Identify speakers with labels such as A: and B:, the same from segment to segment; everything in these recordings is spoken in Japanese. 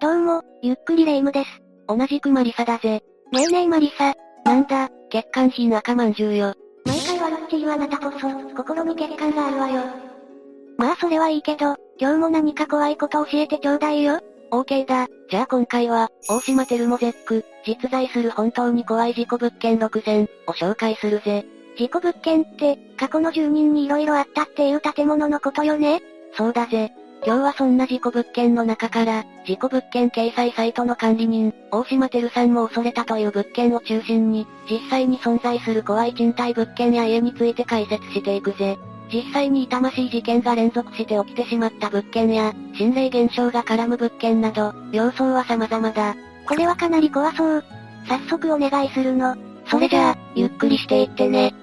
A: どうも、ゆっくりレ夢ムです。
B: 同じくマリサだぜ。
A: ねえねえマリサ。
B: なんだ、欠陥品赤まんじゅうよ。
A: 毎回悪口言うあなたこそ、心に欠陥があるわよ。まあそれはいいけど、今日も何か怖いこと教えてちょうだいよ。
B: OK だ。じゃあ今回は、大島テルモゼック、実在する本当に怖い事故物件6選を紹介するぜ。
A: 事故物件って、過去の住人に色々あったっていう建物のことよね。
B: そうだぜ。今日はそんな事故物件の中から、事故物件掲載サイトの管理人、大島てるさんも恐れたという物件を中心に、実際に存在する怖い賃貸物件や家について解説していくぜ。実際に痛ましい事件が連続して起きてしまった物件や、心霊現象が絡む物件など、様相は様々だ。
A: これはかなり怖そう。早速お願いするの。
B: それじゃあ、ゆっくりしていってね。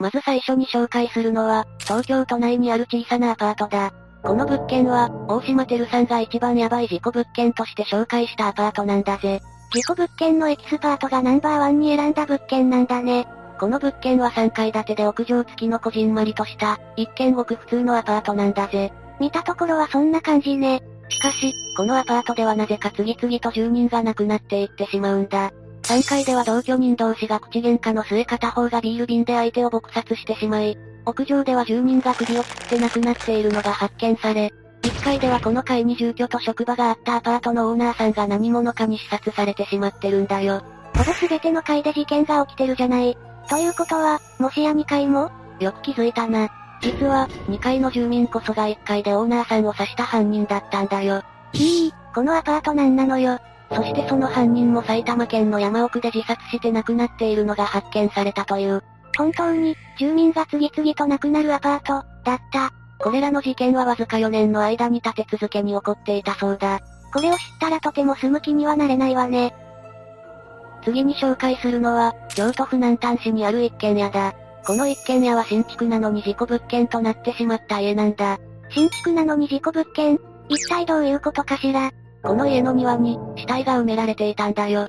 B: まず最初に紹介するのは、東京都内にある小さなアパートだ。この物件は、大島てるさんが一番ヤバい事故物件として紹介したアパートなんだぜ。
A: 事故物件のエキスパートがナンバーワンに選んだ物件なんだね。
B: この物件は3階建てで屋上付きのこじんまりとした、一見ごく普通のアパートなんだぜ。
A: 見たところはそんな感じね。
B: しかし、このアパートではなぜか次々と住人が亡くなっていってしまうんだ。3階では同居人同士が口喧嘩の末片方がビール瓶で相手を撲殺してしまい、屋上では住人が首を吊って亡くなっているのが発見され、1階ではこの階に住居と職場があったアパートのオーナーさんが何者かに刺殺されてしまってるんだよ。
A: ほぼ全ての階で事件が起きてるじゃない。ということは、もしや2階も
B: よく気づいたな。実は、2階の住民こそが1階でオーナーさんを刺した犯人だったんだよ。
A: ひぃ、このアパートなんなのよ。
B: そしてその犯人も埼玉県の山奥で自殺して亡くなっているのが発見されたという。
A: 本当に、住民が次々と亡くなるアパート、だった。
B: これらの事件はわずか4年の間に立て続けに起こっていたそうだ。
A: これを知ったらとても住む気にはなれないわね。
B: 次に紹介するのは、京都府南丹市にある一軒家だ。この一軒家は新築なのに事故物件となってしまった家なんだ。
A: 新築なのに事故物件一体どういうことかしら
B: この家の庭に、死体が埋められていたんだよ。
A: ん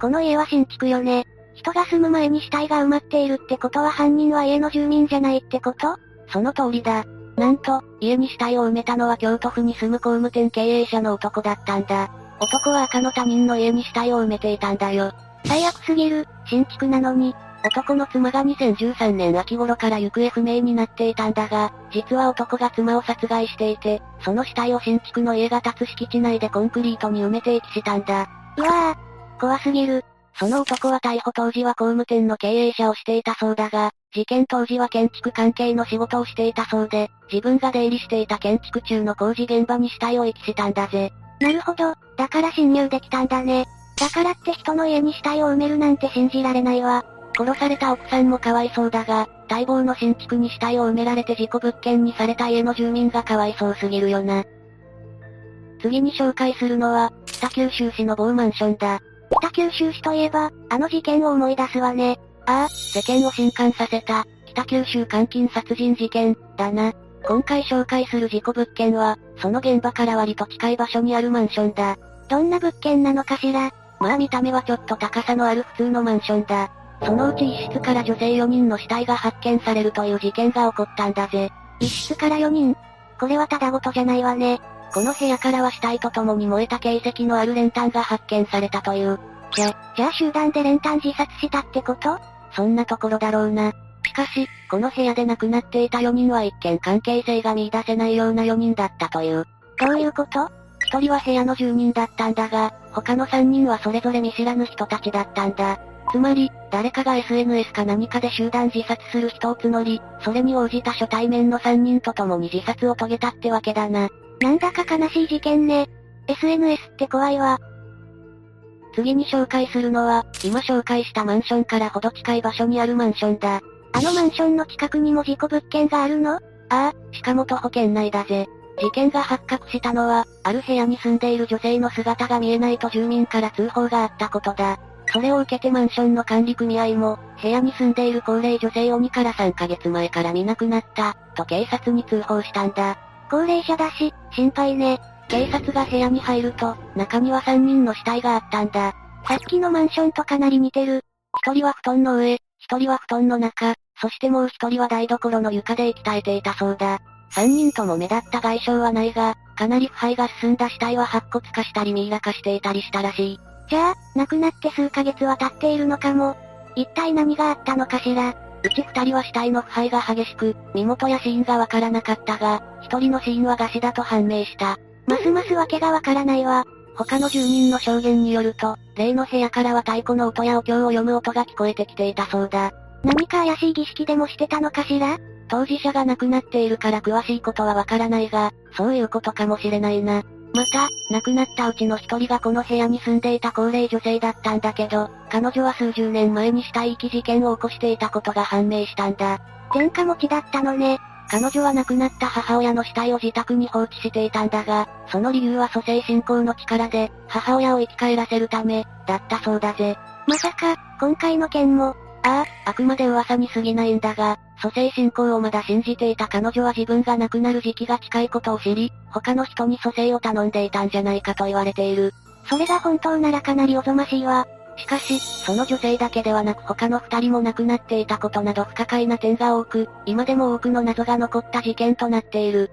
A: この家は新築よね。人が住む前に死体が埋まっているってことは犯人は家の住民じゃないってこと
B: その通りだ。なんと、家に死体を埋めたのは京都府に住む工務店経営者の男だったんだ。男は赤の他人の家に死体を埋めていたんだよ。
A: 最悪すぎる、新築なのに。
B: 男の妻が2013年秋頃から行方不明になっていたんだが、実は男が妻を殺害していて、その死体を新築の家が建つ敷地内でコンクリートに埋めて遺棄したんだ。
A: うわぁ、怖すぎる。
B: その男は逮捕当時は工務店の経営者をしていたそうだが、事件当時は建築関係の仕事をしていたそうで、自分が出入りしていた建築中の工事現場に死体を遺棄したんだぜ。
A: なるほど、だから侵入できたんだね。だからって人の家に死体を埋めるなんて信じられないわ。
B: 殺された奥さんもかわいそうだが、待望の新築に死体を埋められて事故物件にされた家の住民がかわいそうすぎるよな。次に紹介するのは、北九州市の某マンションだ。
A: 北九州市といえば、あの事件を思い出すわね。
B: ああ、世間を震撼させた、北九州監禁殺人事件、だな。今回紹介する事故物件は、その現場から割と近い場所にあるマンションだ。
A: どんな物件なのかしら
B: まあ見た目はちょっと高さのある普通のマンションだ。そのうち一室から女性4人の死体が発見されるという事件が起こったんだぜ。
A: 一室から4人これはただごとじゃないわね。
B: この部屋からは死体と共に燃えた形跡のある練炭が発見されたという。
A: じゃ、じゃあ集団で練炭自殺したってこと
B: そんなところだろうな。しかし、この部屋で亡くなっていた4人は一見関係性が見出せないような4人だったという。
A: どういうこと
B: 一人は部屋の住人だったんだが、他の3人はそれぞれ見知らぬ人たちだったんだ。つまり、誰かが SNS か何かで集団自殺する人を募り、それに応じた初対面の3人と共に自殺を遂げたってわけだな。
A: なんだか悲しい事件ね。SNS って怖いわ。
B: 次に紹介するのは、今紹介したマンションからほど近い場所にあるマンションだ。
A: あのマンションの近くにも事故物件があるのあ
B: あ、鹿本保険内だぜ。事件が発覚したのは、ある部屋に住んでいる女性の姿が見えないと住民から通報があったことだ。それを受けてマンションの管理組合も、部屋に住んでいる高齢女性を2から3ヶ月前から見なくなった、と警察に通報したんだ。
A: 高齢者だし、心配ね。
B: 警察が部屋に入ると、中には3人の死体があったんだ。
A: さっきのマンションとかなり似てる。
B: 1人は布団の上、一人は布団の中、そしてもう一人は台所の床で液体えていたそうだ。三人とも目立った外傷はないが、かなり腐敗が進んだ死体は白骨化したりミイラ化していたりしたらしい。
A: じゃあ、亡くなって数ヶ月は経っているのかも。一体何があったのかしら。
B: うち二人は死体の腐敗が激しく、身元や死因がわからなかったが、一人の死因は餓死だと判明した。
A: ますますわけがわからないわ。
B: 他の住人の証言によると、例の部屋からは太鼓の音やお経を読む音が聞こえてきていたそうだ。
A: 何か怪しい儀式でもしてたのかしら
B: 当事者が亡くなっているから詳しいことはわからないが、そういうことかもしれないな。また、亡くなったうちの一人がこの部屋に住んでいた高齢女性だったんだけど、彼女は数十年前に死体遺棄事件を起こしていたことが判明したんだ。
A: 前科持ちだったのね。
B: 彼女は亡くなった母親の死体を自宅に放置していたんだが、その理由は蘇生信仰の力で、母親を生き返らせるため、だったそうだぜ。
A: まさか、今回の件も、
B: あくまで噂に過ぎないんだが、蘇生信仰をまだ信じていた彼女は自分が亡くなる時期が近いことを知り、他の人に蘇生を頼んでいたんじゃないかと言われている。
A: それが本当ならかなりおぞましいわ。
B: しかし、その女性だけではなく他の二人も亡くなっていたことなど不可解な点が多く、今でも多くの謎が残った事件となっている。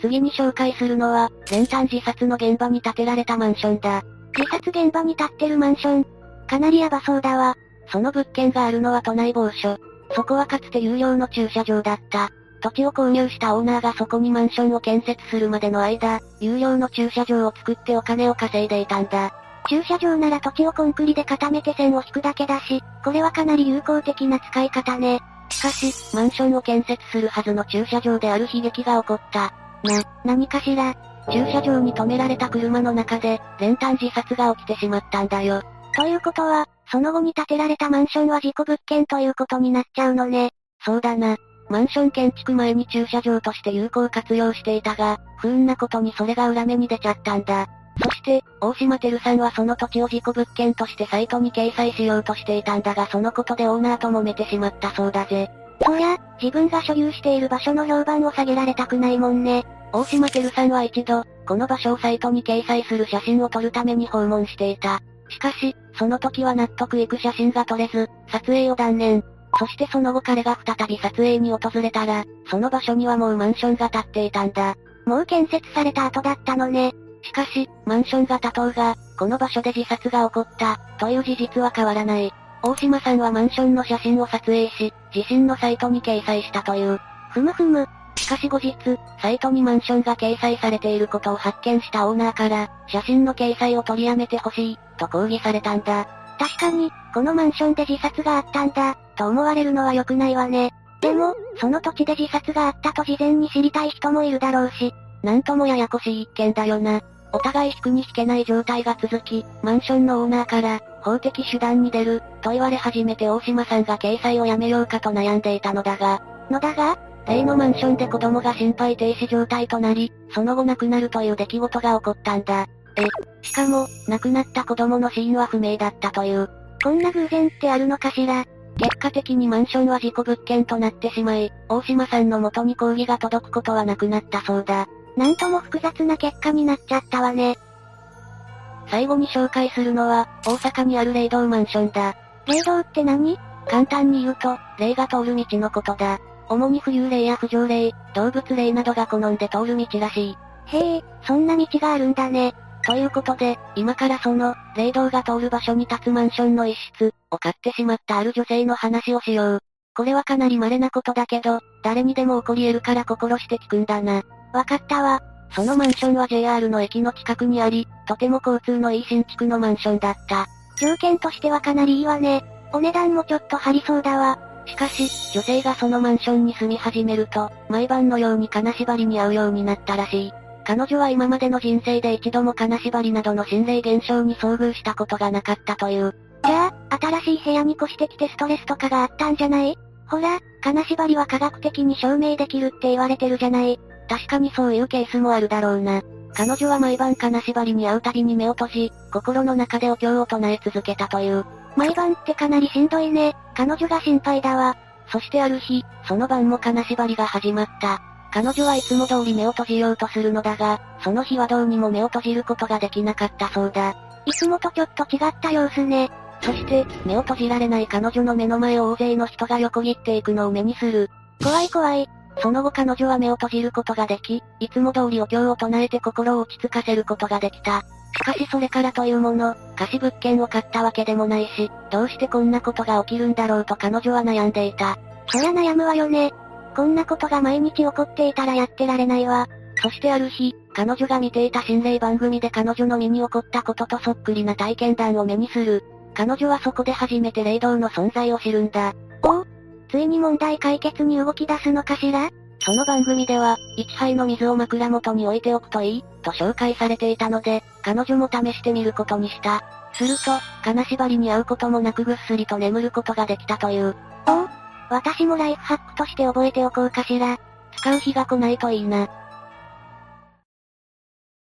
B: 次に紹介するのは、練炭自殺の現場に建てられたマンションだ。
A: 自殺現場に立ってるマンション。かなりヤバそうだわ。
B: その物件があるのは都内某所。そこはかつて有料の駐車場だった。土地を購入したオーナーがそこにマンションを建設するまでの間、有料の駐車場を作ってお金を稼いでいたんだ。
A: 駐車場なら土地をコンクリで固めて線を引くだけだし、これはかなり有効的な使い方ね。
B: しかし、マンションを建設するはずの駐車場である悲劇が起こった。
A: 何かしら、
B: 駐車場に止められた車の中で、練炭自殺が起きてしまったんだよ。
A: ということは、その後に建てられたマンションは事故物件ということになっちゃうのね。
B: そうだな。マンション建築前に駐車場として有効活用していたが、不運なことにそれが裏目に出ちゃったんだ。そして、大島てるさんはその土地を事故物件としてサイトに掲載しようとしていたんだがそのことでオーナーと揉めてしまったそうだぜ。
A: そりゃ、自分が所有している場所の評判を下げられたくないもんね。
B: 大島てるさんは一度、この場所をサイトに掲載する写真を撮るために訪問していた。しかし、その時は納得いく写真が撮れず、撮影を断念。そしてその後彼が再び撮影に訪れたら、その場所にはもうマンションが建っていたんだ。
A: もう建設された後だったのね。
B: しかし、マンションが建とうが、この場所で自殺が起こった、という事実は変わらない。大島さんはマンションの写真を撮影し、自身のサイトに掲載したという。
A: ふむふむ、
B: しかし後日、サイトにマンションが掲載されていることを発見したオーナーから、写真の掲載を取りやめてほしい、と抗議されたんだ。
A: 確かに、このマンションで自殺があったんだ、と思われるのは良くないわね。でも、その土地で自殺があったと事前に知りたい人もいるだろうし、
B: なんともややこしい一件だよな。お互い引くに引けない状態が続き、マンションのオーナーから、法的手段に出る、と言われ始めて大島さんが掲載をやめようかと悩んでいたのだが、
A: のだが、
B: 例のマンションで子供が心肺停止状態となり、その後亡くなるという出来事が起こったんだ。え、しかも、亡くなった子供の死因は不明だったという。
A: こんな偶然ってあるのかしら。
B: 結果的にマンションは事故物件となってしまい、大島さんの元に抗議が届くことはなくなったそうだ。
A: なんとも複雑な結果になっちゃったわね。
B: 最後に紹介するのは、大阪にある霊道マンションだ。
A: 霊道って何
B: 簡単に言うと、霊が通る道のことだ。主に浮遊霊や不条霊、動物霊などが好んで通る道らしい。
A: へえ、そんな道があるんだね。
B: ということで、今からその、霊道が通る場所に立つマンションの一室を買ってしまったある女性の話をしよう。これはかなり稀なことだけど、誰にでも起こり得るから心して聞くんだな。
A: わかったわ。
B: そのマンションは JR の駅の近くにあり、とても交通のいい新築のマンションだった。
A: 条件としてはかなりいいわね。お値段もちょっと張りそうだわ。
B: しかし、女性がそのマンションに住み始めると、毎晩のように金縛りに遭うようになったらしい。彼女は今までの人生で一度も金縛りなどの心霊現象に遭遇したことがなかったという。
A: じゃあ、新しい部屋に越してきてストレスとかがあったんじゃないほら、金縛りは科学的に証明できるって言われてるじゃない。
B: 確かにそういうケースもあるだろうな。彼女は毎晩金縛りに遭うたびに目を閉じ、心の中でお経を唱え続けたという。
A: 毎晩ってかなりしんどいね。彼女が心配だわ。
B: そしてある日、その晩も金縛りが始まった。彼女はいつも通り目を閉じようとするのだが、その日はどうにも目を閉じることができなかったそうだ。
A: いつもとちょっと違った様子ね。
B: そして、目を閉じられない彼女の目の前を大勢の人が横切っていくのを目にする。
A: 怖い怖い。
B: その後彼女は目を閉じることができ、いつも通りお経を唱えて心を落ち着かせることができた。しかしそれからというもの、貸し物件を買ったわけでもないし、どうしてこんなことが起きるんだろうと彼女は悩んでいた。
A: そりゃ悩むわよね。こんなことが毎日起こっていたらやってられないわ。
B: そしてある日、彼女が見ていた心霊番組で彼女の身に起こったこととそっくりな体験談を目にする。彼女はそこで初めて霊道の存在を知るんだ。
A: おおついに問題解決に動き出すのかしら
B: その番組では、一杯の水を枕元に置いておくといい、と紹介されていたので、彼女も試してみることにした。すると、金縛りに遭うこともなくぐっすりと眠ることができたという。
A: おお私もライフハックとして覚えておこうかしら。
B: 使う日が来ないといいな。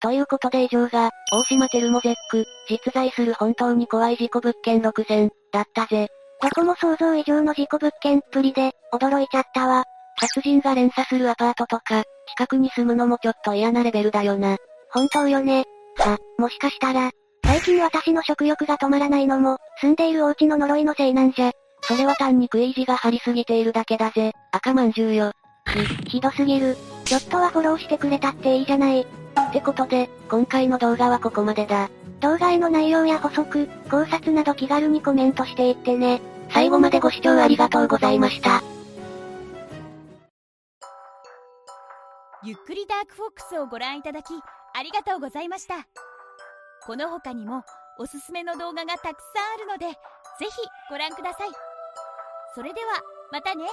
B: ということで以上が、大島テルモゼック、実在する本当に怖い事故物件6選、だったぜ。
A: どこも想像以上の事故物件っぷりで、驚いちゃったわ。
B: 殺人が連鎖するアパートとか、近くに住むのもちょっと嫌なレベルだよな。
A: 本当よね。は、もしかしたら、最近私の食欲が止まらないのも、住んでいるお家の呪いのせいなんじゃ。
B: それは単に食い意地が張りすぎているだけだぜ。赤まんじゅうよ。
A: ひ、ひどすぎる。ちょっとはフォローしてくれたっていいじゃない。
B: ってことで、今回の動画はここまでだ。
A: 動画への内容や補足、考察など気軽にコメントしていってね。
B: 最後までご視聴ありがとうございました。
C: ゆっくりダークフォックスをご覧いただき、ありがとうございました。この他にも、おすすめの動画がたくさんあるので、ぜひご覧ください。それでは、またね。